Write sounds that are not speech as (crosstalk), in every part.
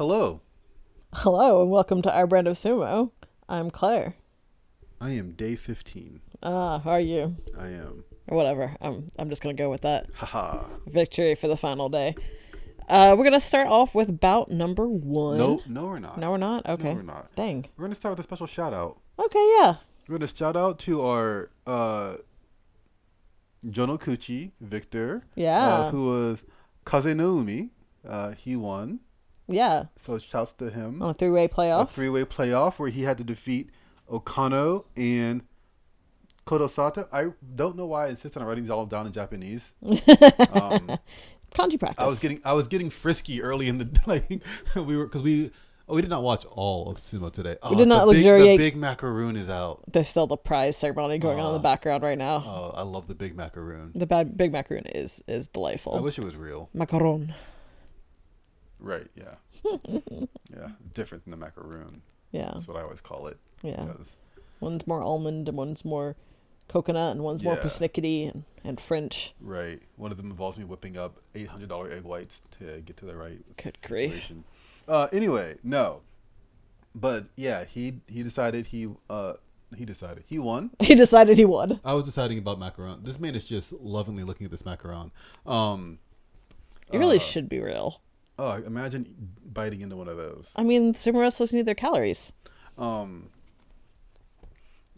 Hello, Hello and welcome to Our Brand of Sumo. I'm Claire. I am day 15. Ah, how are you? I am. Or whatever. I'm I'm just gonna go with that. Haha. Victory for the final day. Uh, we're gonna start off with bout number one. No, no, we're not. No, we're not. Okay. we're not. Dang. We're going to start with a special shout out. Okay. Yeah. We're going to shout out to our uh, Jono Kuchi, Victor. Yeah. Uh, who was Kaze Naomi. Uh, he won. Yeah. So shouts to him. On a three-way a playoff. three way playoff where he had to defeat Okano and Kodosata. I don't know why I insist on writing these all down in Japanese. Kanji practice. I was getting I was getting frisky early in the (laughs) like we were because we oh we did not watch all of sumo today. Oh, did not the luxuriate- Big, the big macaroon is out. There's still the prize ceremony going Ah. on in the background right now. Oh, I love the big macaroon. the bad Big Macaroon is is I delightful. wish it was real. Macaron. Right? Yeah. (laughs) yeah, different than the macaroon. Yeah. That's what I always call it. Yeah. Because One's more almond and one's more coconut and one's more Yeah. persnickety and, and French. (laughs) Right. One of them involves me whipping up eight hundred dollar egg whites to get to the right Good grief. Uh, anyway, no, but yeah, he he decided he uh he decided he won. He decided he would. I was deciding about macaron. This man is just lovingly looking at this macaron. Um, It Uh, really should be real. oh, imagine biting into one of those. I mean, sumo wrestlers need their calories.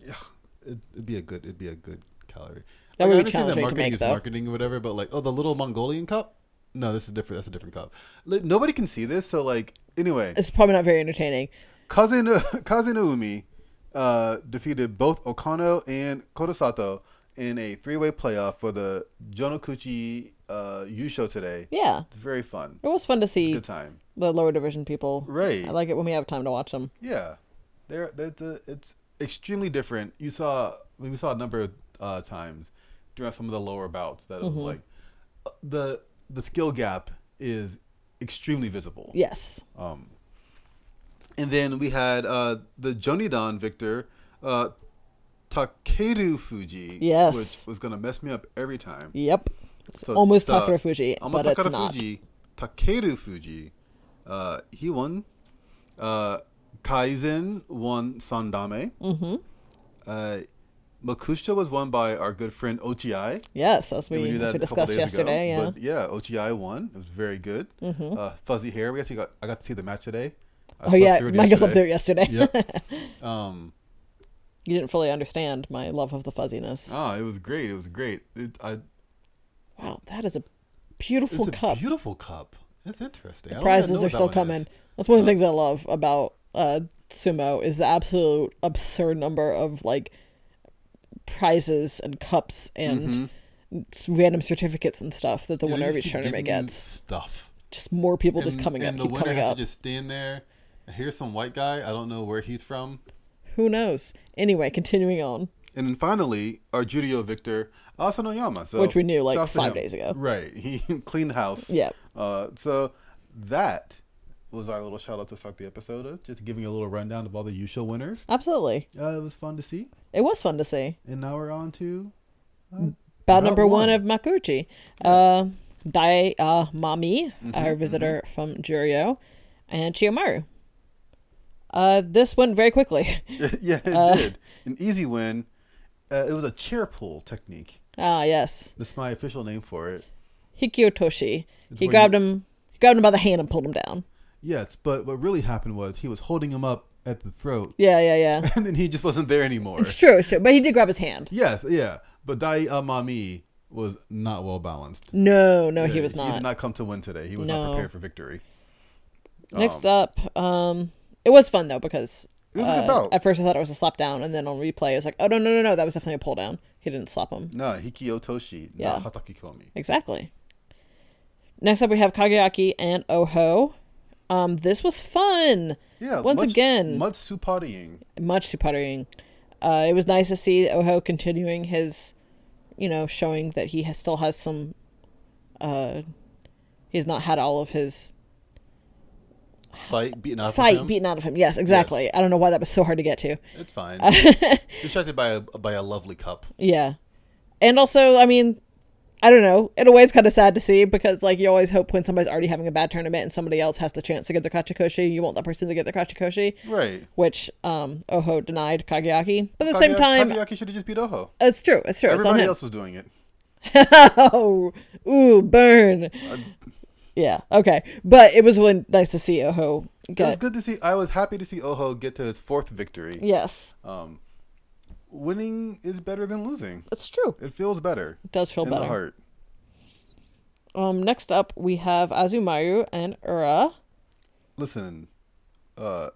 It, it'd be a good. It'd be a good calorie. Like, That would be I understand that challenging to marketing make, is though. marketing or whatever, but like, oh, the little Mongolian cup. No, this is different. That's a different cup. Like, nobody can see this, so like, anyway. It's probably not very entertaining. (laughs) Kazeno Kazenumi uh, defeated both Okano and Kodosato in a three-way playoff for the Jonokuchi uh, Yusho today. Yeah, It's very fun. it was fun to see Good time. the lower division people. Right. I like it when we have time to watch them. Yeah. They're, they're, the- it's extremely different. You saw we saw a number of uh, times during some of the lower bouts that it was like uh, the the skill gap is extremely visible. Yes. Uh, And then we had uh, the Jonidan victor, uh, Takeru Fuji. Yes. Which was going to mess me up every time. Yep. It's So almost it's, uh, Takara Fuji, Almost but it's Takeru not. Fuji. Takeru Fuji. Uh, he won. Uh, Kaizen won Sandame. Mm-hmm. Uh, Makusha was won by our good friend Ochi. Yes, as we, We knew as that we a couple discussed days yesterday. ago. yeah. Oh, Mm-hmm. But yeah, OGI won. It was very good. Uh, fuzzy hair. We actually got I got to see the match today. I Oh slept yeah, through it Mike was up yesterday. there yesterday. Yep. (laughs) um. you didn't fully understand my love of the fuzziness. Oh, it was great. It was great. It, I, wow, that is a it's beautiful a cup. beautiful cup. That's interesting. I don't even know prizes what are that still one is. coming. That's one of the things I love about uh, sumo is the absolute absurd number of like prizes and cups and s random certificates and stuff that the Mm-hmm. They winner of just each keep tournament giving you gets. stuff. Just more people just And- coming and up, the keep winner coming has up. to just stand there. Here's some white guy. I don't know where he's from. Who knows? Anyway, continuing on. And then finally, our Judio victor, Asanoyama. So Which we knew, like, shouts to five him. days ago. Right. (laughs) He cleaned house. Yep. Uh, so that was our little shout out to start the episode of just giving a little rundown of all the usual winners. Absolutely, Uh, it was fun to see. it was fun to see. And now we're on (laughs) to (laughs) Bout Bout number one. one of Makuchi. Uh, Dai uh, Mami, Mm-hmm, our visitor from Juryo, and Chiyomaru. Uh, this went very quickly. (laughs) yeah, it Uh, did. An easy win. Uh, it was a chair pull technique. Ah, yes. That's my official name for it. Hikio Toshi. He where grabbed you- him he grabbed him by the hand and pulled him down. Yes, but what really happened was he was holding him up at the throat, Yeah, (laughs) yeah, yeah. and then he just wasn't there anymore. it's true, it's true. But he did grab his hand. yes, yeah. But Dai Amami was not well balanced. No, no, he Yeah, was He not. did not come to win today. He was No. not prepared for victory. Next up, um it was fun though because It was a good uh, bout. at first I thought it was a slap down and then on replay I was like, Oh no no no no, that was definitely a pull down. He didn't slap him. No, Hikio Toshi, Yeah. not Hataki Komi. Exactly. Next up, we have Kagayaki and Oho. Um, this was fun. Yeah. Once much- again, much suparying. much to puttering. Uh, it was nice to see Oho continuing his, you know, showing that he has, still has some. Uh, he's not had all of his Fight beaten out. of fight him. beaten out of him. Yes, exactly. I don't know why that was so hard to get to. It's (laughs) fine. Distracted by a by a lovely cup. Yeah, and also, I mean, I don't know. In a way, it's kind of sad to see because, like, you always hope when somebody's already having a bad tournament and somebody else has the chance to get their kachikoshi, you want that person to get their kachikoshi, Right. which um, Oho denied Kageaki. But at the same time, Kageaki should have just beat Oho. it's true. It's true. Everybody it's on him. else was doing it. oh, ooh, burn. yeah. Okay. But it was really nice to see Oho It was get. good to see. I was happy to see Oho get to his fourth victory. Yes, Um, winning is better than losing. it's true. It feels better It does feel in the better. heart. Um, next up, we have Azumaru and Ura. Listen, uh,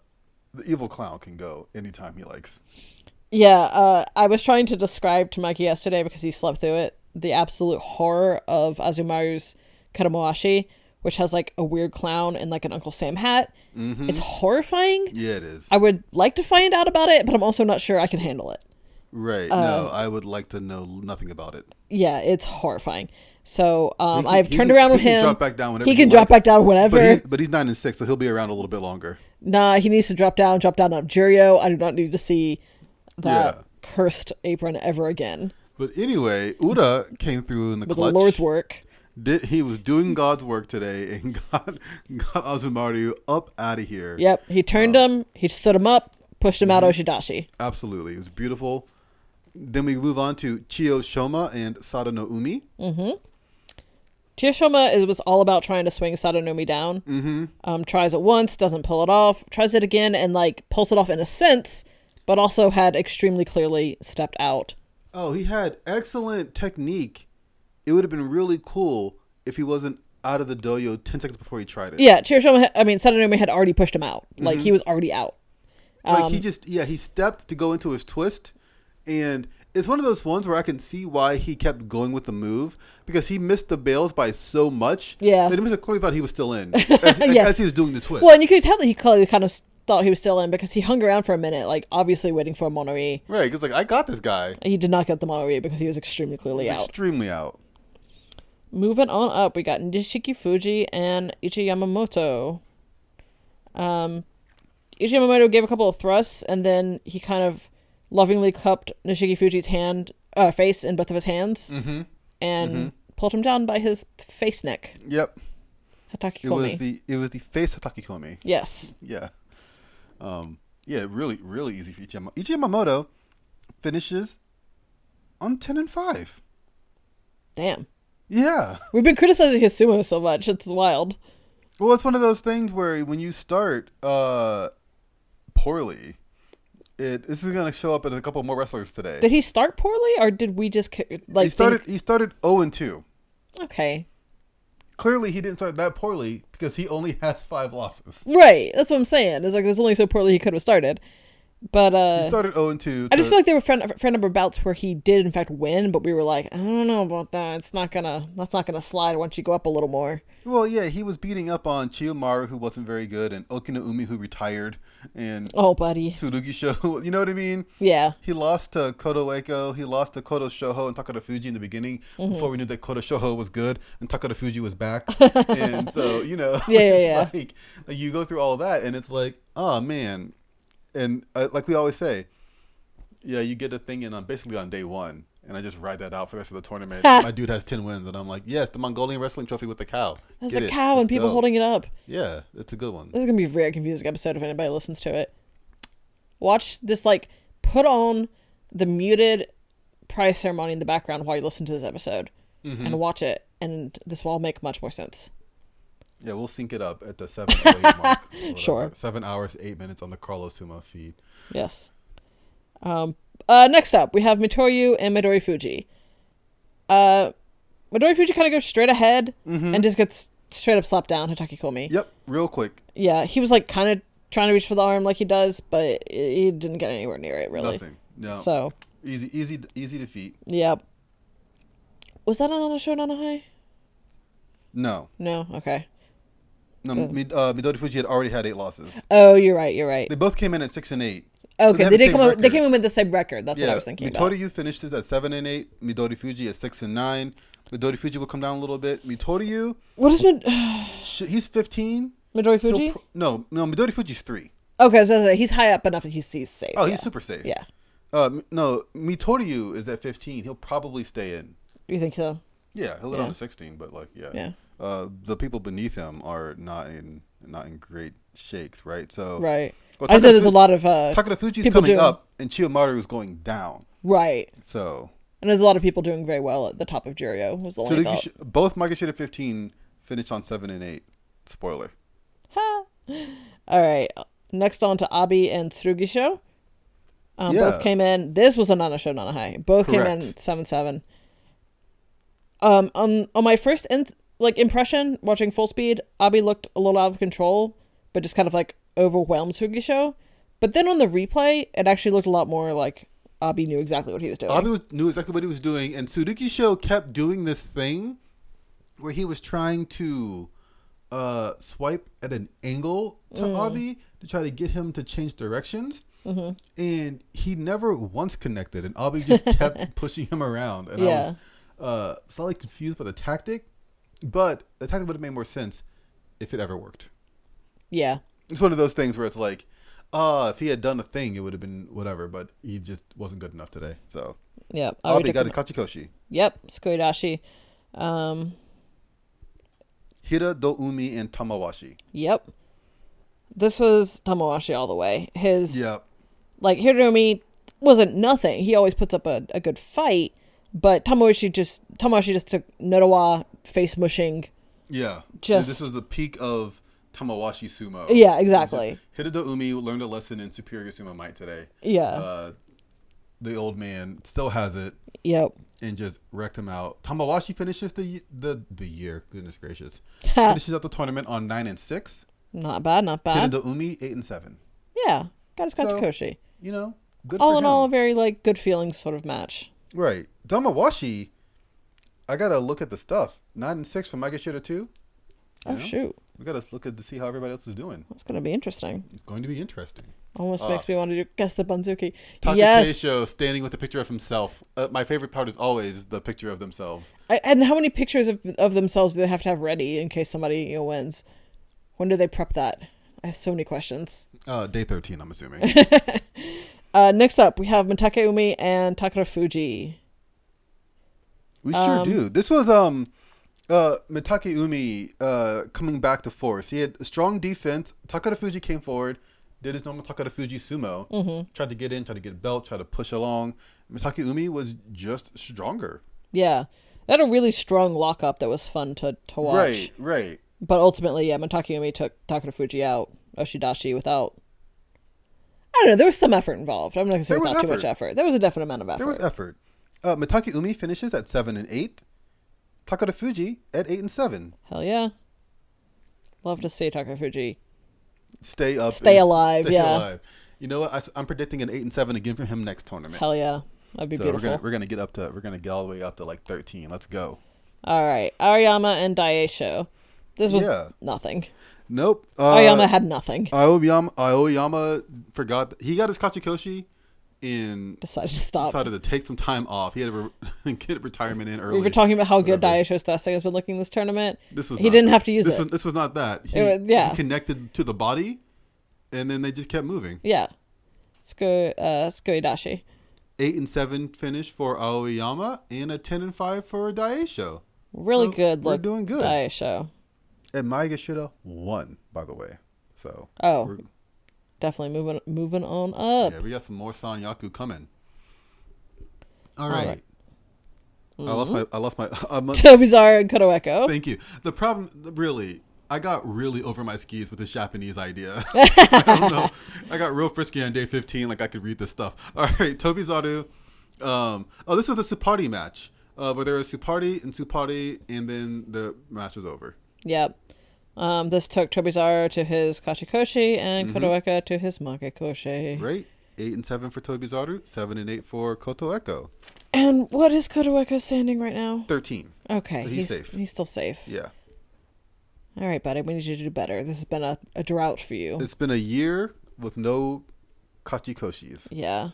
the evil clown can go anytime he likes. Yeah, uh, I was trying to describe to Mikey yesterday because he slept through it the absolute horror of Azumaru's Karamoashi, which has like a weird clown and like an Uncle Sam hat. Mm-hmm. It's horrifying. Yeah, it is. I would like to find out about it, but I'm also not sure I can handle it. right. Uh, no, I would like to know nothing about it. Yeah, it's horrifying. So um, He- I've he turned can- around he with can him. drop back down whenever He he can drop likes. back down whenever. But he's, but he's nine and six, so he'll be around a little bit longer. Nah, he needs to drop down, drop down up Jurio. I do not need to see that Yeah. cursed apron ever again. But anyway, Uda came through in the With clutch. the Lord's work. Did, he was doing God's work today and (laughs) got got Azumaru up out of here. Yep, he turned him, he stood him up, pushed him out Mm-hmm. Oshidashi. Absolutely. It was beautiful. Then we move on to Chiyo Shoma and Sada no Umi. Tioshima is was all about trying to swing Sadanomi down. Mm-hmm. Um, tries it once, doesn't pull it off, tries it again, and like pulls it off in a sense, but also had extremely clearly stepped out. Oh, he had excellent technique. It would have been really cool if he wasn't out of the doyo 10 seconds before he tried it. Yeah, Tioshima, I mean, Sadanomi had already pushed him out. Like, Mm-hmm. he was already out. Like um, he just yeah, he stepped to go into his twist and it's one of those ones where I can see why he kept going with the move because he missed the bails by so much. Yeah. That he must have clearly thought he was still (laughs) in as, Yes. as he was doing the twist. Well, and you could tell that he clearly kind of thought he was still in because he hung around for a minute, like obviously waiting for a Monori. Right, because like I got this guy. He did not get the Monori because he was extremely clearly out. Extremely out. Moving on up, we got Nishiki Fuji and Ichi Yamamoto. Um, Ichi Yamamoto gave a couple of thrusts and then he kind of lovingly cupped Nishiki Fuji's hand, uh, face in both of his hands Mm-hmm. and pulled him down by his face neck. Yep. Hataki It Komi. was the it was the face Hataki Komi. yes. Yeah. Um yeah, really really easy for Ichi Yama- Ichi Yamamoto finishes on 10 and 5. Damn. Yeah. We've been criticizing his sumo so much. It's wild. Well, it's one of those things where when you start uh, poorly, it this is going to show up in a couple more wrestlers today. Did he start poorly, or did we just ca- like he started. think- He started zero and two. okay, Clearly, he didn't start that poorly because he only has five losses. right? That's what I'm saying. It's like there's only so poorly he could have started, but He uh, started zero and two. I just to- feel like there were friend friend number bouts where he did in fact win, but we were like, I don't know about that. It's not gonna that's not gonna slide once you go up a little more. well, yeah, he was beating up on Chiyomaru, who wasn't very good, and Okina Umi, who retired, and Oh, buddy, Tsurugi Show. (laughs) You know what I mean? yeah, He lost to Koto Eiko. He lost to Koto Shoho and Takada Fuji in the beginning Mm-hmm. before we knew that Koto Shoho was good and Takada Fuji was (laughs) back. and so, you know, Yeah, yeah, (laughs) it's yeah. Like, like you go through all that and it's like, oh man. And uh, like we always say, yeah, you get a thing in on basically on day one. And I just ride that out for the rest of the (laughs) tournament. My dude has 10 wins. And I'm like, yes, the Mongolian wrestling trophy with the cow. there's Get a it. cow and Let's people go." holding it up. Yeah, it's a good one. This is gonna be a very confusing episode if anybody listens to it. Watch this like put on the muted prize ceremony in the background while you listen to this episode Mm-hmm. and watch it, and this will all make much more sense. Yeah, we'll sync it up at the seven or eight mark. or whatever. (laughs) Sure. Seven hours, eight minutes on the Carlos Sumo feed. Yes. Um, uh, next up, we have Mitoryu and Midori Fuji. Uh, Midori Fuji kind of goes straight ahead and just gets straight up slapped down. Hitaki Komi. Mm-hmm. Yep, real quick. Yeah, he was like kind of trying to reach for the arm like he does, but he didn't get anywhere near it really. Nothing. No. So, easy, easy, easy defeat. yep. Was that on a show on a high? No, No. Okay. no. Mi- Uh, Midori Fuji had already had eight losses. Oh, you're right. You're right. They both came in at six and eight. So Okay, have they the did same come. Up, they record. came in with the same record. That's what I Yeah, was thinking about. Midori Yu finished his at seven and eight. Midori Fuji at six and nine. Midori Fuji will come down a little bit. Midori Yu, What is Mid- (sighs) sh- he's fifteen. Midori He'll Fuji? pro- no, no. Midori Fuji's three. okay, so so he's high up enough that he's, he's safe. Oh, yeah. he's super safe. Yeah. Uh, m- no, Midori Yu is at fifteen. He'll probably stay in. You think so? Yeah, he'll live Yeah. down to sixteen, but like yeah. Yeah. Uh, the people beneath him are not in not in great shakes, right? So Right. Oh. Well, I said Takeda there's a Fu- lot of uh Takeda Fuji's People coming do. up and Chiyomaru is going down. right. So And there's a lot of people doing very well at the top of Jirio was the so only you thought. sh- both Micah Shida fifteen finished on seven and eight. Spoiler. All right. Next on to Abi and Tsurugisho. Um, Yeah. Both came in. This was a Nana Show Nana High. Both came in Correct. seven seven. Um, on on my first in- like impression watching full speed, Abi looked a little out of control, but just kind of like overwhelmed Tsurugisho. But then on the replay, it actually looked a lot more like Abi knew exactly what he was doing. Bobby was, knew exactly what he was doing, and Suzuki Show kept doing this thing where he was trying to uh, swipe at an angle to Abby to try to get him to change directions. And he never once connected, and Abby just kept pushing him around. And Yeah. I was uh, slightly confused by the tactic, but the tactic would have made more sense if it ever worked. yeah. It's one of those things where it's like, uh, if he had done a thing, it would have been whatever, but he just wasn't good enough today. So, Yeah. Abi Abby took got him- his Kachikoshi. Yep, Skoidashi. Um, Hira, Doumi, and Tamawashi. yep. This was Tamawashi all the way. His Yeah. like Hiromi wasn't nothing. He always puts up a, a good fight, but Tamawashi just Tamawashi just took Notowa face mushing. Yeah. Just- this was the peak of Tamawashi sumo. Yeah, exactly. Hira Doumi learned a lesson in superior sumo might today. Yeah. Uh, the old man still has it Yep. and just wrecked him out. Tamawashi finishes the the the year. Goodness gracious. (laughs) finishes out the tournament on nine and six. Not bad, not Hira bad. Doumi eight and seven. Yeah. Got his So- Kachikoshi. You know, good all for in him. all, a very like good feelings sort of match. Right. Tamawashi. I gotta look at the stuff. Nine and six from Mike Shida two. Oh Yeah. shoot. We gotta look at to see how everybody else is doing. That's gonna be interesting. It's going to be interesting. Uh, Almost makes me want to do guess the Banzuki. Taka yes. Keisho standing with a picture of himself. Uh, my favorite part is always the picture of themselves. I, and how many pictures of, of themselves do they have to have ready in case somebody you know, wins? When do they prep that? I have so many questions. Uh, day 13, I'm (laughs) assuming. Uh, next up, we have Matake Umi and Takara Fuji. we sure do. This was um, uh, Mitake Umi uh, coming back to force. He had a strong defense. Takara Fuji came forward, did his normal Takara Fuji sumo, Mm-hmm. tried to get in, tried to get belt, tried to push along. Mitake Umi was just stronger. Yeah, that had a really strong lockup that was fun to, to watch. Right, right. But ultimately, yeah, Matake Umi took Takara Fuji out, Oshidashi without. I don't know. There was some effort involved. I'm not gonna say There was without too much effort. There was a definite amount of effort. There was effort. Uh, Mitake Umi finishes at 7 and 8. Takara Fuji at 8 and 7. Hell yeah. Love to see Takara Fuji. stay up, Stay and- alive, yeah. You know what? I, am predicting an eight and seven again for him next tournament. Hell yeah, that'd be so beautiful. we're gonna we're gonna get up to we're gonna get all the way up to like 13. Let's go. All right, Ariyama and Daisho. This was Yeah. nothing. Nope. Ariyama Uh, had nothing. Aoyama, Aoyama forgot he got his Kachikoshi in Decided to stop. decided to take some time off. He had to re- (laughs) get retirement in early. we were talking about how good whatever. Daisho's testing has been looking this tournament. This was he not didn't that. have to use this it. Was, this was not that. He, It was- yeah. he connected to the body, and then they just kept moving. Yeah. Sku uh Skuidashi. Eight and seven finish for Aoyama, and a ten and five for Daisho. Really So, good we're look. doing good. Dai show. And Maiga Shida won, by the way. So Oh. we're- Definitely moving moving on up. yeah, we got some more Sanyaku coming. All right. right. I lost my. I lost my. (laughs) I'm, Tobizar and Kotoeko. thank you. The problem, really, I got really over my skis with this Japanese idea. (laughs) I don't know. I got real frisky on day 15, like I could read this stuff. (laughs) All right, Toby Zaru. Um, oh, this was the Supari match, uh, where there was Supari and Supari, and then the match was over. Yep. Um, this took Tobizar to his Kachikoshi and Kotoeka to his Makekoshi. Mm-hmm. Right? Eight and seven for Toby Zaru, seven and eight for Koto Echo. And what is Kotoeko standing right now? Thirteen. Okay. So he's he's safe. He's still safe. Yeah. All right, buddy. We need you to do better. This has been a, a drought for you. It's been a year with no Kachikoshis. yeah.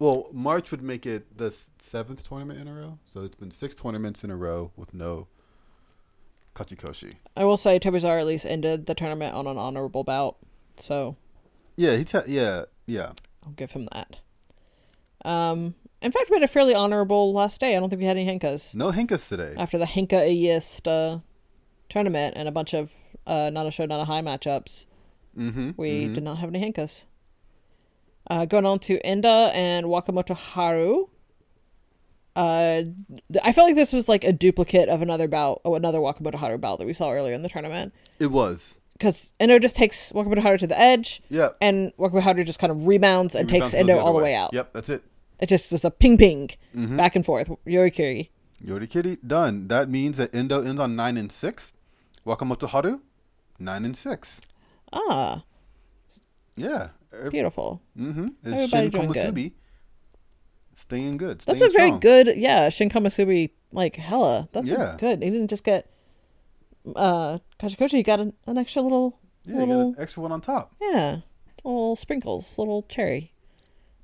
Well, March would make it the s- seventh tournament in a row. So it's been six tournaments in a row with no Kachikoshi. I will say Tobizar at least ended the tournament on an honorable bout. So Yeah, he te- yeah, yeah. I'll give him that. Um, In fact, we had a fairly honorable last day. I don't think we had any Henkas No Hinkas today. after the Henka AEist uh, tournament and a bunch of uh, not a show, not a high matchups. mm-hmm. We did not have any Henkas. Uh, going on to Enda and Wakamoto Haru. Uh, th- I felt like this was like a duplicate of another bout, oh, another Wakamoto Haru bout that we saw earlier in the tournament. It was. Because Endo just takes Wakamoto Haru to the edge, Yeah. and Wakamoto Haru just kind of rebounds and takes Bounce goes Endo other all the way out. Yep, that's it. It just was a ping ping Mm-hmm. back and forth. Yorikiri. Yori Kitty done. That means that Endo ends on nine and six. Wakamoto Haru, nine and six. Ah, Yeah. beautiful. Mm-hmm. It's Everybody Shin doing good. Komasubi. Staying good. Staying That's a very strong. good, yeah, Shin Kamasubi, like, hella. That's a Yeah. good. He didn't just get, uh, Kachikochi, he got an, an extra little, Yeah, you got little, an extra one on top. yeah, little sprinkles, little cherry.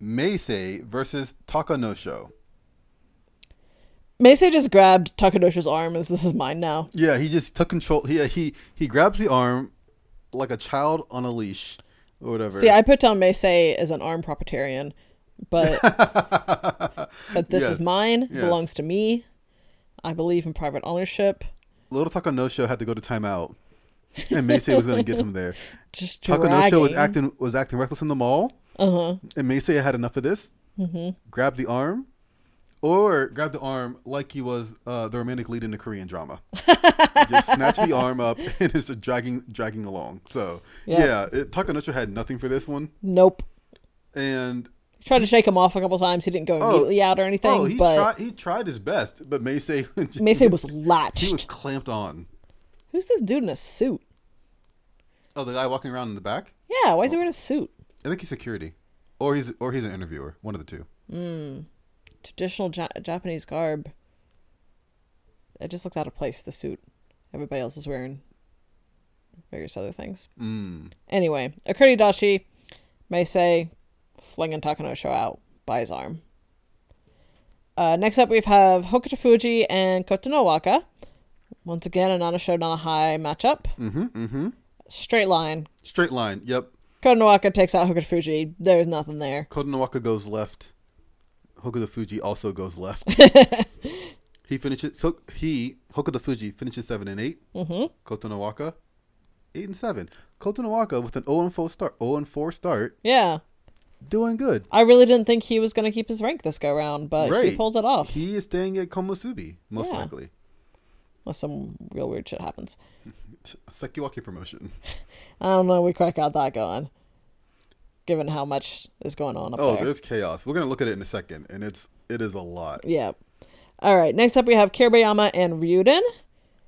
Meisei versus Takano Show. Meisei just grabbed Takadosha's arm as this is mine now. Yeah, he just took control. He he he grabs the arm like a child on a leash or whatever. See, I put down Meisei as an arm proprietarian, (laughs) but said this Yes. is mine, Yes. belongs to me. I believe in private ownership. Little Takanosho had to go to timeout, and Meisei was going to get him there. Just dragging. Takanosho was acting was acting reckless in the mall, uh-huh. and Meisei had enough of this. Mm-hmm. Grabbed the arm, or grabbed the arm like he was uh, the romantic lead in the Korean drama. just snatched the arm up (laughs) and is dragging dragging along. So yeah, Yeah. it, Takanosho had nothing for this one, Nope. and Tried to shake him off a couple times. He didn't go immediately out or anything. oh, he but tried he tried his best, but Meisei just- Macy (laughs) was he was latched. clamped on. Who's this dude in a suit? Oh, the guy walking around in the back. Yeah, Oh. why is he wearing a suit? I think he's security, or he's or he's an interviewer. One of the two. Traditional ja- Japanese garb. It just looks out of place. The suit. Everybody else is wearing various other things. Mm. Anyway, Akuri Dashi, Meisei, flinging Takanosho out by his arm. Uh, next up, we have Hokuto Fuji and Kotonowaka. Once again, a Nanasho Nanahai matchup. Mm-hmm, mm-hmm. Straight line. Straight line. Yep. Kotonowaka takes out Hokuto Fuji. There's nothing there. Kodonawaka goes left. Hokuto Fuji also goes (laughs) left. he finishes. So he Hokuto Fuji finishes seven and 8 Mm-hmm. Kotonowaka, eight and seven. Kotonowaka with an zero and four start. Zero and four start. Yeah. Doing good. I really didn't think he was going to keep his rank this go round, but Right. he pulled it off. He is staying at Komusubi most Yeah. likely. Unless some real weird shit happens. T- Sekiwaki promotion. I don't know. We quite got that going, given how much is going on up Oh, there. there's chaos. We're gonna look at it in a second, and it's it is a lot. Yeah. All right. Next up, we have Kirabayama and Ryuden.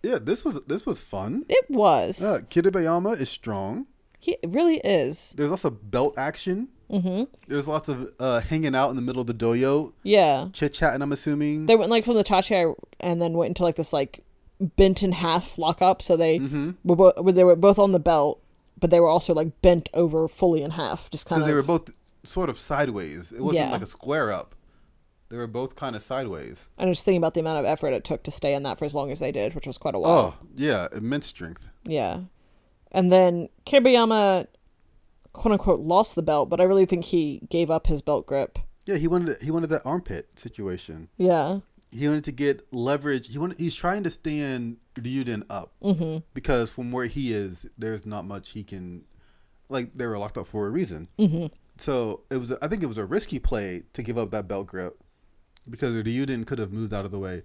Yeah, this was this was fun. It was. Uh, Kitabayama is strong. He it really is. There's lots of belt action. Mm-hmm. There's lots of uh, hanging out in the middle of the doyo, Yeah. chit chatting. I'm assuming. They went like from the Tachi and then went into like this like bent in half lock up. So they Mm-hmm. were bo- they were both on the belt, but they were also like bent over fully in half, just kind Because of. they were both sort of sideways. It wasn't Yeah. like a square up. They were both kind of sideways. I'm just thinking about the amount of effort it took to stay in that for as long as they did, which was quite a while. Oh yeah, immense strength. Yeah. And then Kirabayama, quote unquote, lost the belt, but I really think he gave up his belt grip. Yeah, he wanted he wanted that armpit situation. Yeah. He wanted to get leverage. He wanted he's trying to stand Ryuden up mm-hmm. because from where he is, there's not much he can. Like they were locked up for a reason. Mm-hmm. So it was. I think it was a risky play to give up that belt grip because Ryuden could have moved out of the way.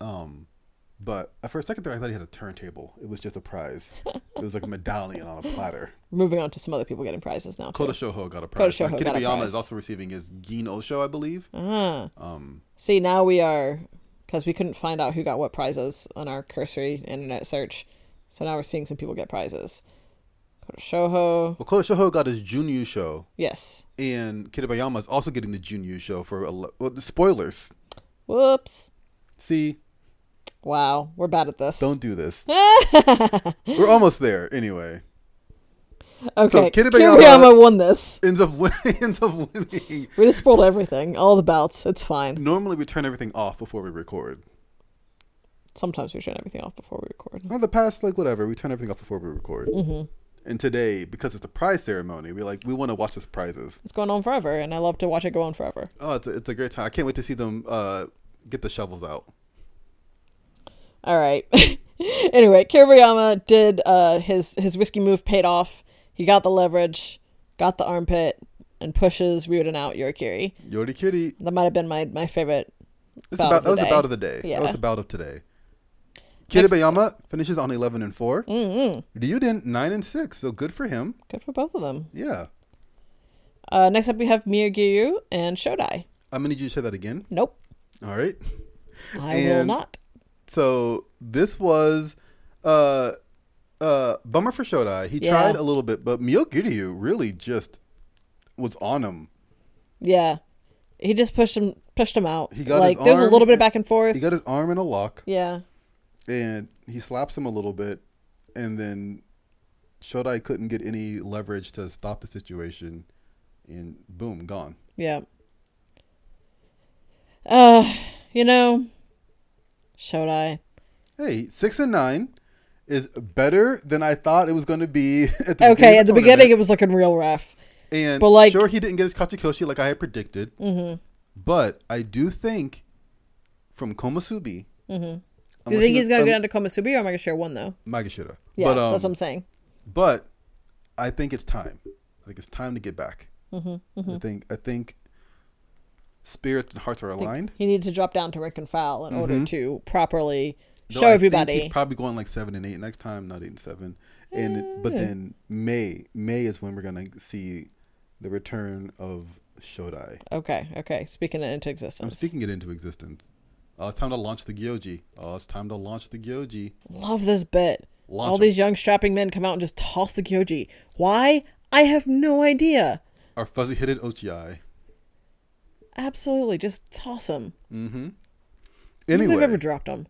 Um, but for a second there, I thought he had a turntable. It was just a prize. it was like a medallion on a platter. Moving on to some other people getting prizes now. too. Kota Shoho got a prize. Shoho Now, got Kitabayama a prize. is also receiving his Gin Osho, I believe. Ah. Um, See, now we are, because we couldn't find out who got what prizes on our cursory internet search. So now we're seeing some people get prizes. Go to Shoho. well, Kota Shoho got his Junyu Show. Yes. and Kitabayama is also getting the Junyu show for ele- well, the spoilers. Whoops. See, Wow. We're bad at this. don't do this. We're almost there anyway. okay. so Kirabayama- Kirabayama won this. Ends up winning. (laughs) ends up winning. We just spoiled everything, all the bouts. It's fine. Normally we turn everything off before we record. Sometimes we turn everything off before we record. Well, the past like whatever we turn everything off before we record. And today, because it's a prize ceremony, we like we want to watch the prizes. It's going on forever, and I love to watch it go on forever. Oh, it's a, it's a great time. I can't wait to see them uh, get the shovels out. All right. (laughs) anyway, Kirabayama did uh, his his risky move paid off. He got the leverage, got the armpit, and pushes Ryuden out Yorikiri. Yori Kitty. That might have been my, my favorite. This Bout about, of the that was day. the bout of the day. Yeah. That was the bout of today. Next- Mm-hmm. Kitabayama finishes on eleven and 4 Ryuden nine and six, so good for him. Good for both of them. Yeah. Uh, next up, we have Miyagiryu and Shodai. I'm gonna need you to say that again. Nope, All right. I And- will not. So this was uh uh bummer for Shodai. He Yeah. tried a little bit, but Myogiryu really just was on him. Yeah, he just pushed him pushed him out. He got like his there was a arm- little bit of back and forth. He got his arm in a lock yeah, and he slaps him a little bit and then Shodai couldn't get any leverage to stop the situation and boom, gone. yeah. Uh, you know, Shodai. Hey, six and nine is better than I thought it was going to be. (laughs) At the Okay, at the tournament. beginning it was looking real rough. and but, like- sure he didn't get his Kachikoshi like I had predicted, mm-hmm. but I do think from Komasubi, mm-hmm. Do you think he's gonna go down to Komasubi or Magashira one though? Magashira? Yeah, but, um, that's what I'm saying. but I think it's time. I think it's time to get back. Mm-hmm, I think I think spirits and hearts are aligned. He needed to drop down to Rick and Fowl in order to properly Though Mm-hmm. show I think everybody. he's probably going like seven and eight next time, not eight and seven. And it- but then May May is when we're gonna see the return of Shodai. okay, okay. Speaking it into I'm existence. speaking it into existence. Oh, it's time to launch the Gyoji. Oh, it's time to launch the Gyoji. Love this bit. Launch All 'em. these young strapping men come out and just toss the Kyoji. Why? I have no idea. Our fuzzy headed Ochi. Absolutely, just toss them. Anyway, I've Anyway, ever dropped them.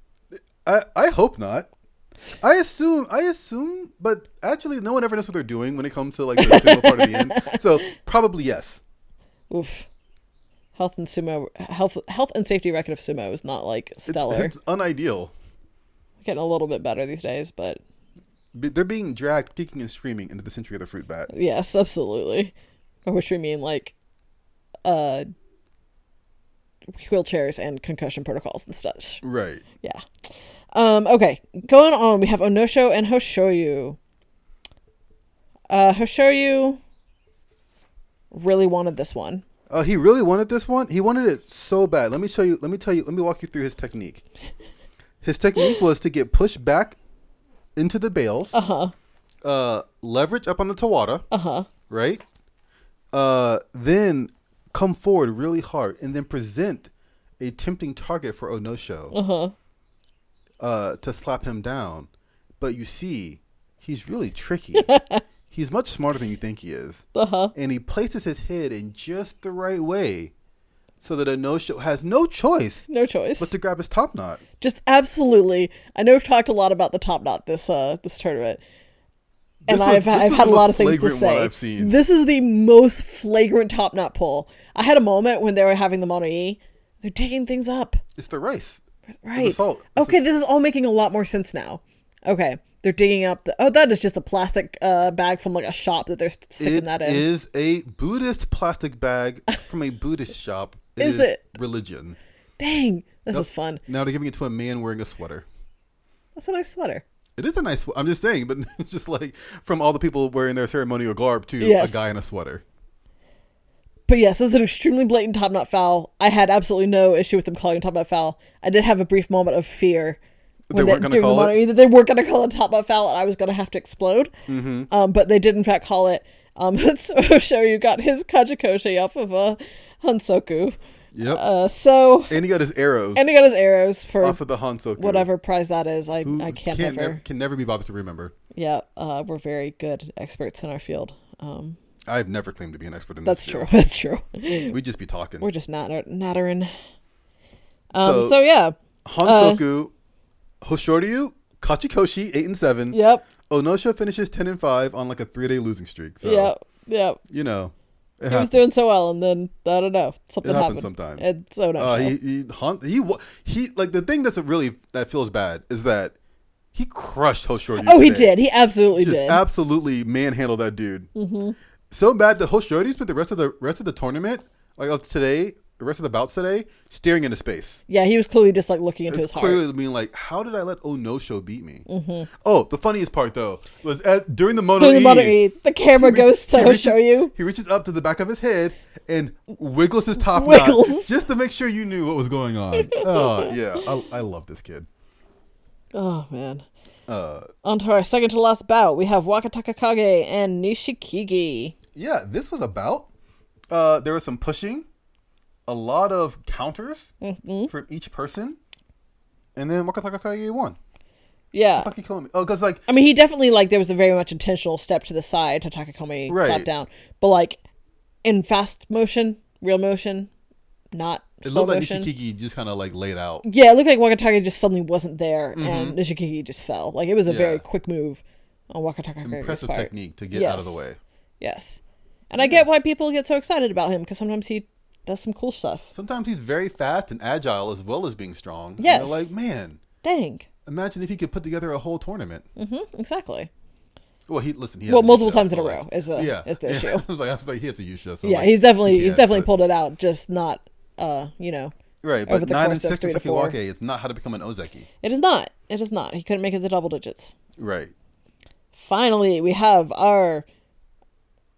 I, I hope not. I assume I assume, but actually, no one ever knows what they're doing when it comes to like (laughs) the sumo part of the end. So probably yes. Oof. Health and sumo, health, health and safety record of sumo is not like It's, stellar. it's unideal. Getting a little bit better these days, but Be- They're being dragged, kicking and screaming into the century of the fruit bat. yes, absolutely. By which we mean like, uh, wheelchairs and concussion protocols and such. Right. Yeah. Um, okay, going on, we have Onosho and Hoshoyu. Uh, Hoshoyu really wanted this one. Uh, he really wanted this one. He wanted it so bad. Let me show you. Let me tell you. Let me walk you through his technique. His technique was to get pushed back into the bales. Uh-huh. Leverage up on the Tawada. Uh-huh. Right. Uh. Then come forward really hard, and then present a tempting target for Onosho. Uh-huh. Uh. To slap him down, but you see, he's really (laughs) tricky. he's much smarter than you think he is Uh huh. and he places his head in just the right way so that a no show has no choice No choice. but to grab his top knot. Just absolutely. I know we've talked a lot about the top knot this uh this tournament, and This was- I've this I've was had a the lot most of things to flagrant one say. I've seen. This is the most flagrant top knot pull. I had a moment when they were having the mono e. They're digging things up. It's the rice. Right. salt. It's Okay, this is all making a lot more sense now. Okay, they're digging up the. Oh, that is just a plastic uh, bag from like a shop that they're sticking It that in. is a Buddhist plastic bag from a Buddhist (laughs) shop. It Is is, it? religion. Dang, this is fun. Now they're giving it to a man wearing a sweater. That's a nice sweater. It is a nice. swe- I'm just saying, but (laughs) it's just like from all the people wearing their ceremonial garb to Yes. a guy in a sweater. But yes, this is an extremely blatant top knot foul. I had absolutely no issue with them calling it top knot foul. I did have a brief moment of fear. when weren't gonna during the call it? mono- That they weren't going to call it top knot foul, and I was going to have to explode. Mm-hmm. Um, but they did in fact call it. Um, (laughs) so Shoyu got his kajikoshi off of uh, Hansoku. Yep. Uh, so and he got his arrows and he got his arrows for off of the Hansoku. whatever prize that is. I, Who I can't, can't ever. nev- can never be bothered to remember. Yeah, uh, we're very good experts in our field. Um, I've never claimed to be an expert in that's this. true. (laughs) That's true. true. We'd just be talking. We're just natter- nattering. Um, so, So- yeah. Hansoku, Hoshoryu, Kachikoshi, 8 and 7. Yep. Onosha finishes 10 and 5 on like a three day losing streak. So, Yep. Yep. you know, it He was Oh. happens. doing so well, and then I don't know. Something It happened happens sometimes. And so no. uh, show. he, he, Han, he, wa- he, like, the thing that's really, that feels bad is that He crushed Hoshoryu. Oh, he today. did. He absolutely Just did. Mm-hmm. absolutely manhandled that dude. So bad that Hoshoryu spent the rest of the rest of the tournament, like of today, the rest of the bouts today, staring into space. yeah, he was clearly just like looking into It's his heart. clearly being like, how did I let Onosho beat me? Oh, the funniest part though was at, during the Mono Doing the E, Mono E, the camera (laughs) he reaches- goes to he reaches- Hoshoryu. He reaches up to the back of his head and wiggles his top knot (laughs) Wiggles. just to make sure you knew what was going (laughs) on. oh yeah, I, I love this kid. Oh man. Uh, On to our second to last bout, we have Wakataka Kage and Nishikigi. yeah, this was about. Uh, there was some pushing, a lot of counters Mm-hmm. from each person, and then Wakatakakage won. Yeah. Fuck you calling me? Oh, because like I mean, he definitely like there was a very much intentional step to the side to Takakomi Right. slap down, but like in fast motion, real motion, not it slow looked like motion. Nishikigi just kind of like laid out. yeah, it looked like Wakataka just suddenly wasn't there, and Nishikigi just fell. Like it was a Mm-hmm. Yeah. very quick move on Wakataka. Kage's Impressive part. technique to get out of the Yes. way. Yes, and I get why people get so excited about him because sometimes he does some cool stuff. Sometimes he's very fast and agile as well as being strong. And Yes. you're like man, Dang. imagine if he could put together a whole tournament. Mm, Exactly. Well, he listen. He Well, has a multiple Yusha, times in so, a like- row is a, yeah, is the (laughs) yeah. issue. I was like, I feel like he has a Yusha. So Yeah, like, he's definitely he he's can't, definitely but- pulled it out, just not uh, you know, right. over But the nine and course of six three to Kentucky four. Wake is not how to become an Ozeki. It is not. It is not. He couldn't make it to double digits. Right. (laughs) Finally, we have our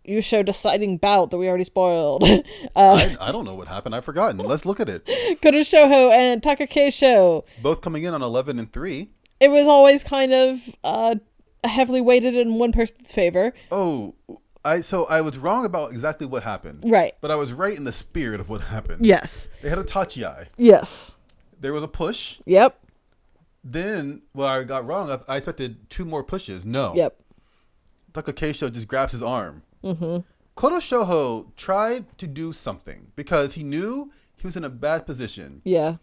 Yusho deciding bout that we already spoiled. (laughs) uh, I, I don't know what happened. I've forgotten. Let's look at it. Kodoshoho and Takakesho. Both coming in on eleven and three. It was always kind of uh, heavily weighted in one person's favor. Oh, I so I was wrong about exactly what happened. Right. But I was right in the spirit of what happened. Yes. They had a Tachi. Yes. There was a push. Yep. Then, well, I got wrong. I, I expected two more pushes. No. Yep. Taka Keisho just grabs his arm. Mm-hmm. Koto Shoho tried to do something because he knew he was in a bad position. Yeah.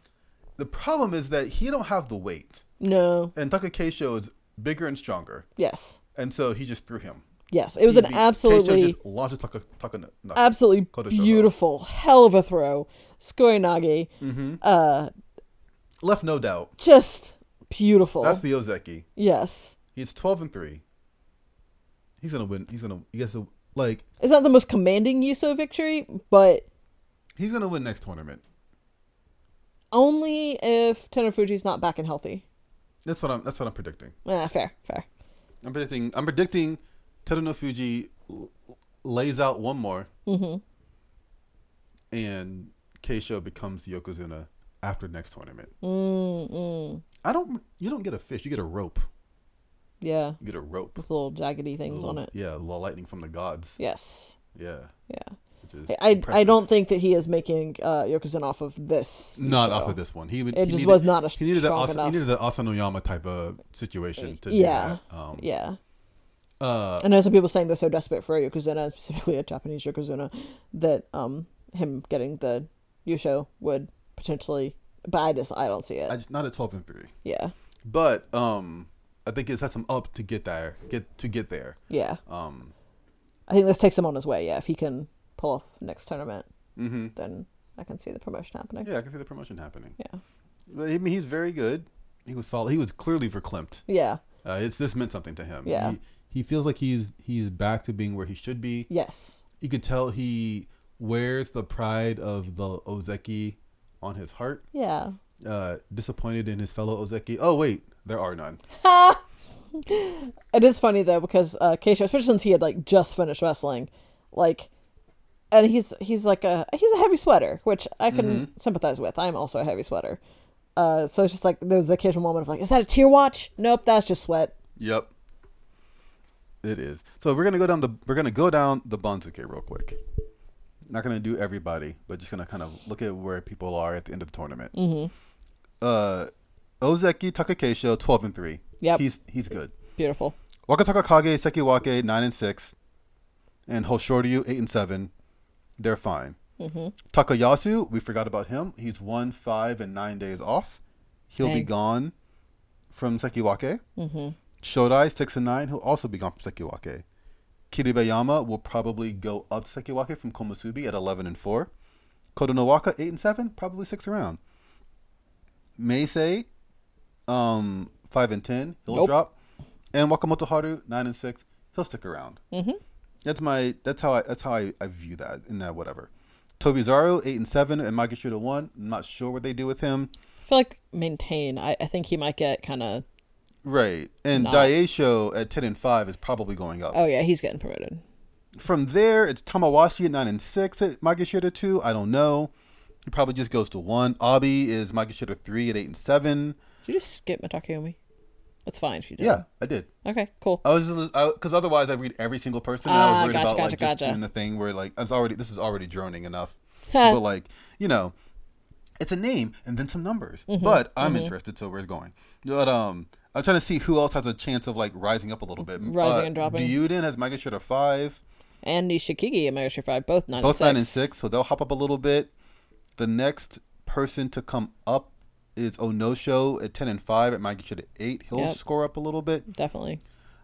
The problem is that he don't have the weight, No. and Taka Keisho is bigger and stronger, Yes. and so he just threw him. Yes. It was an He- absolutely Keisho Uh, just launches Taka, Taka no, no. absolutely Kodoshoho. beautiful hell of a throw. Skorinagi. left no doubt. Just beautiful. That's the Ozeki. yes. He's twelve and three. He's gonna win. He's gonna. He gets to like. It's not the most commanding Yuso victory, but He's gonna win next tournament. only if Tenofuji's not back and healthy. That's what I'm. That's what I'm predicting. Ah, fair, fair. I'm predicting. I'm predicting. Teru no Fuji l- lays out one more, Mm-hmm. and Keisho becomes the yokozuna after next tournament. I don't. You don't get a fish. You get a rope. Yeah, You get a rope. with little jaggedy things on it. Yeah, li- lightning from the gods. Yes. Yeah, Yeah. which is I, I impressive. don't think that he is making uh, Yokozuna off of this. Not show. off of this one. He would- It he just needed- was not a He needed the strong Asa, he enough- needed the Asanoyama type of situation to Yeah. do that. Um, Yeah. uh, I know some people saying they're so desperate for a Yokozuna, (laughs) specifically a Japanese Yokozuna, that um him getting the Yusho would potentially. But I just I don't see it. I just not at twelve and three, yeah. but um, I think it's had some up to get there. Get to get there. Yeah. Um, I think this takes him on his way. Yeah, if he can pull off next tournament, then I can see the promotion happening. Yeah, I can see the promotion happening. Yeah. But, I mean, he's very good. He was solid. He was clearly verklempt. Yeah. Uh, it's this meant something to him. Yeah. He, he feels like he's he's back to being where he should be. Yes. You could tell he wears the pride of the Ozeki on his heart. Yeah. Uh, disappointed in his fellow Ozeki. Oh wait, there are none. It is funny though because uh Keisha, especially since he had like just finished wrestling, like and he's he's like a he's a heavy sweater, which I can sympathize with. I'm also a heavy sweater. Uh so it's just like there was the occasional moment of like, is that a tear watch? Nope, that's just sweat. Yep. It is. So we're gonna go down the we're gonna go down the Bonzuke real quick. Not gonna do everybody, but just gonna kind of look at where people are at the end of the tournament. Mm-hmm. Uh, Ozeki Takakesho, twelve and three. Yep. he's he's good. Beautiful. Wakataka Kage Sekiwake, nine and six, and Hoshoryu, eight and seven. They're fine. Mm-hmm. Takayasu, we forgot about him. He's one five and nine days off. He'll be Dang. gone from Sekiwake. Mm-hmm. Shodai, six and nine. He'll also be gone from Sekiwake. Kiribayama will probably go up to Sekiwake from Komusubi at eleven and four. Kodonowaka, eight and seven, probably six around. Meisei, um, five and ten, he'll Nope. drop. And Wakamoto Haru, nine and six, he'll stick around. Mm-hmm. That's my that's how I that's how I, I view that in that whatever. Tobizaru, eight and seven, and Makishita one. I'm not sure what they do with him. I feel like maintain. I, I think he might get kind of. Right. And Not- Daisho at ten and five is probably going up. Oh yeah, he's getting promoted. From there it's Tamawashi at nine and six at Makishita two. I don't know. He probably just goes to one. Abi is Makishita three at eight and seven. Did you just skip Matakeomi? That's fine if you did. Yeah, I did. Okay. Cool. I was just because otherwise I read every single person, and I Ah, was worried gotcha, about like gotcha, just gotcha. doing the thing where like it's already this is already droning (laughs) enough, but like you know, it's a name and then some numbers. Mm-hmm, But I'm interested, so we're going. But um, I'm trying to see who else has a chance of like rising up a little bit. Mm-hmm. Rising and dropping. Ryuden has Mega Shredder five, and Nishikigi and Mega Street Five, both nine. both and six. nine and six, so they'll hop up a little bit. The next person to come up is Onosho at ten and five at Mega Shredder eight. He'll Yep. score up a little bit. Definitely.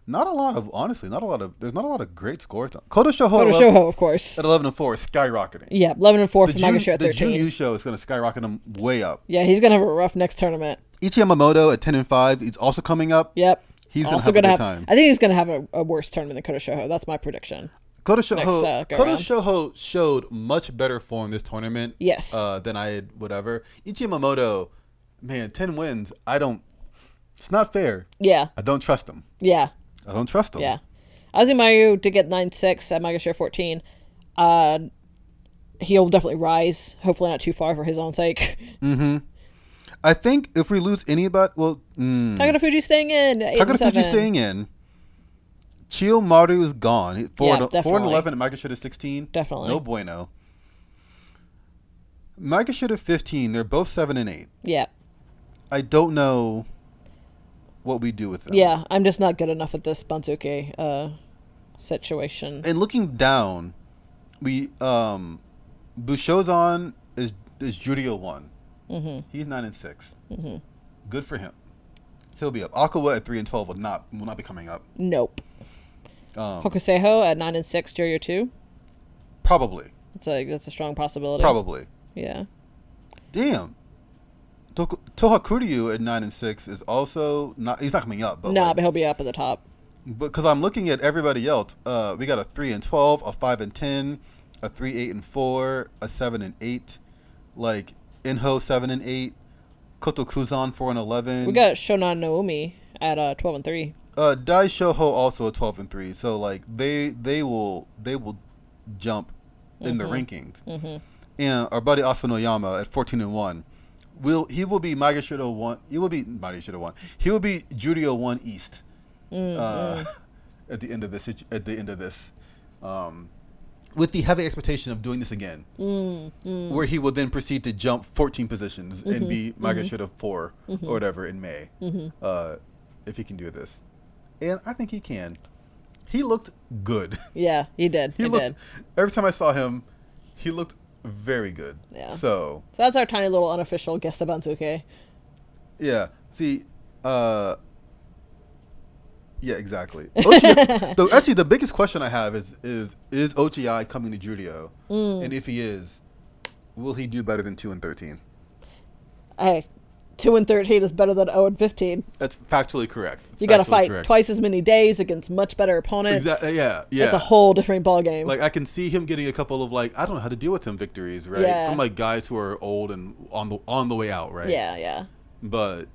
Not a lot of honestly, not a lot of there's not a lot of great scores. Koto Shoho Photo at eleven- Shoho, of course. at eleven and four is skyrocketing. Yeah, eleven and four The for Mega Jun, Street at the Jun thirteen. Yu show is going to skyrocket him way up. Yeah, he's gonna have a rough next tournament. Ichi Yamamoto at ten and five, he's also coming up. Yep. He's gonna also have a gonna good have. time. I think he's gonna have a, a worse tournament than Koto Shoho. That's my prediction. Koto Next, Shoho, uh, go Koto round. Shoho showed much better form this tournament. Yes. uh, than I had whatever. Ichi Yamamoto, man, ten wins. I don't. It's not fair. Yeah. I don't trust him. Yeah. I don't trust him. Yeah. Azumaru did get 9 6 at Mega Share 14. Uh, he'll definitely rise, hopefully not too far for his own sake. I think if we lose anybody, well, mm, Takata Fuji staying in. at eight and Takara Fuji seven. staying in. Chiyomaru is gone. He- Four, Yeah, and, four and definitely. eleven. and Micah is sixteen. Definitely. No bueno. Micah is fifteen. They're both seven and eight. Yeah. I don't know what we do with them. Yeah. I'm just not good enough at this Banzuke uh, situation. And looking down, we um, Bushozan is is Judio one. Mm-hmm. He's nine and 6 Mm-hmm. Good for him. He'll be up. Akawa at three and twelve will not will not be coming up. nope. Um, Hokuseiho at 9 and 6, Jiryu 2. Probably. That's a, that's a strong possibility. Probably. Yeah. Damn. Toh- Toha Kuryu at nine and six is also not. He's not coming up, but Nah, like- but he'll be up at the top. because I'm looking at everybody else. Uh, we got a three and twelve, a five and ten, a three eight and four, a seven and eight, like Inho seven and eight, Koto Kuzan four and eleven. We got Shonan Naomi at uh, 12 and 3. uh, Dai Shoho also a twelve and three. So like they they will they will jump in the rankings. Mm-hmm. And our buddy Asanoyama at fourteen and one. Will he will be Magashiro one? He will be Magashiro one. He will be Judio one East. Uh, (laughs) at the end of this, situ- at the end of this, um, with the heavy expectation of doing this again, where he will then proceed to jump fourteen positions and be Magashiro 4 or whatever in May, uh, if he can do this and I think he can. He looked good. (laughs) Yeah, he did. He He, looked did. every time I saw him, he looked very good. Yeah. So So that's our tiny little unofficial guess the Banzuke. yeah, see, uh, yeah, exactly. (laughs) Ochi, though, actually, the biggest question I have is is is Ochi coming to Judio, Mm. and if he is, will he do better than two and thirteen? hey, two and thirteen is better than zero and fifteen. That's factually correct. It's You got to factually fight correct. twice as many days against much better opponents. Exactly. Yeah. Yeah. It's a whole different ballgame. Like I can see him getting a couple of like I don't know how to deal with him victories, right? Yeah. From like guys who are old and on the on the way out, right? yeah, yeah. But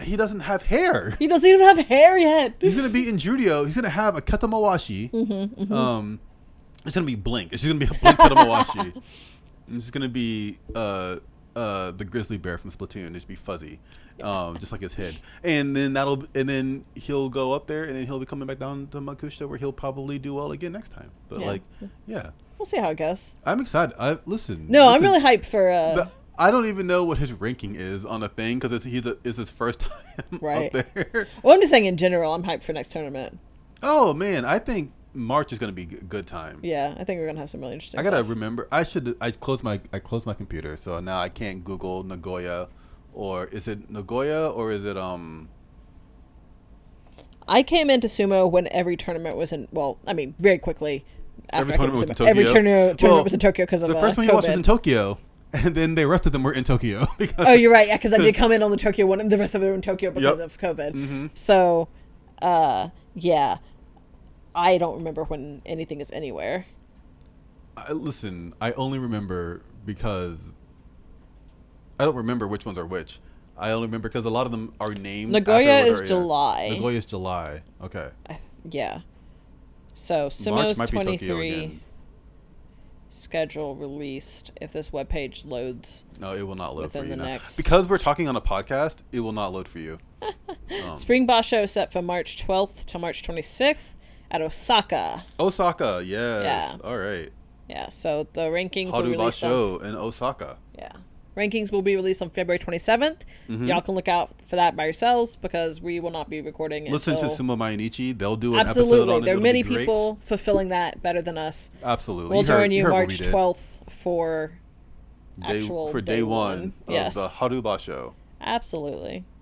he doesn't have hair. He doesn't even have hair yet. He's gonna be in Judio. He's gonna have a Katamawashi. Mm-hmm, Um, it's gonna be Blink. It's just gonna be a Blink (laughs) Katamawashi. And It's just gonna be uh uh the grizzly bear from Splatoon. Just be fuzzy, um, just like his head. And then that'll and then he'll go up there and then he'll be coming back down to Makushita where he'll probably do well again next time. But Yeah. like, yeah. We'll see how it goes. I'm excited. I listen. No, I'm listen, really hyped for. uh the- I don't even know what his ranking is on a thing because it's he's a, it's his first (laughs) time Right. up there. (laughs) Well, I'm just saying in general, I'm hyped for next tournament. Oh man, I think March is gonna be a good time. Yeah, I think we're gonna have some really interesting. I gotta stuff. remember. I should. I closed my I closed my computer, so now I can't Google Nagoya, or is it Nagoya or is it um? I came into sumo when every tournament was in. Well, I mean, very quickly. after Every I came tournament was to in Tokyo. sumo. Every tourna- tournament Well, was in Tokyo because of The first uh, one you watched COVID. was in Tokyo, and then the rest of them were in Tokyo (laughs) because Oh, you're right. Yeah, because I did come in on the Tokyo one, and the rest of them were in Tokyo because Yep. Mm-hmm. of COVID. So, uh, yeah, I don't remember when anything is anywhere. I, listen, I only remember because I don't remember which ones are which. I only remember because a lot of them are named. after Nagoya what is area. July. Nagoya is July. Okay. I, yeah. So March Simo's might be twenty Tokyo three again. schedule released. If this webpage loads, No, it will not load for Within you the now. next- because we're talking on a podcast. It will not load for you. Um, Spring Basho is set for March twelfth to March twenty sixth at Osaka. Osaka, yes. Yeah. All right. Yeah. So the rankings will Hadu release. Basho in Osaka. Yeah. Rankings will be released on February 27th. Mm-hmm. Y'all can look out for that by yourselves because we will not be recording it. Listen to Sumo until- Mainichi. They'll do an episode Absolutely. on it. There are It'll many be great. people fulfilling that better than us. Absolutely. We'll heard- join you heard what March we did. 12th for Day- actual for day, day one one. of Yes. the Haruba show. absolutely.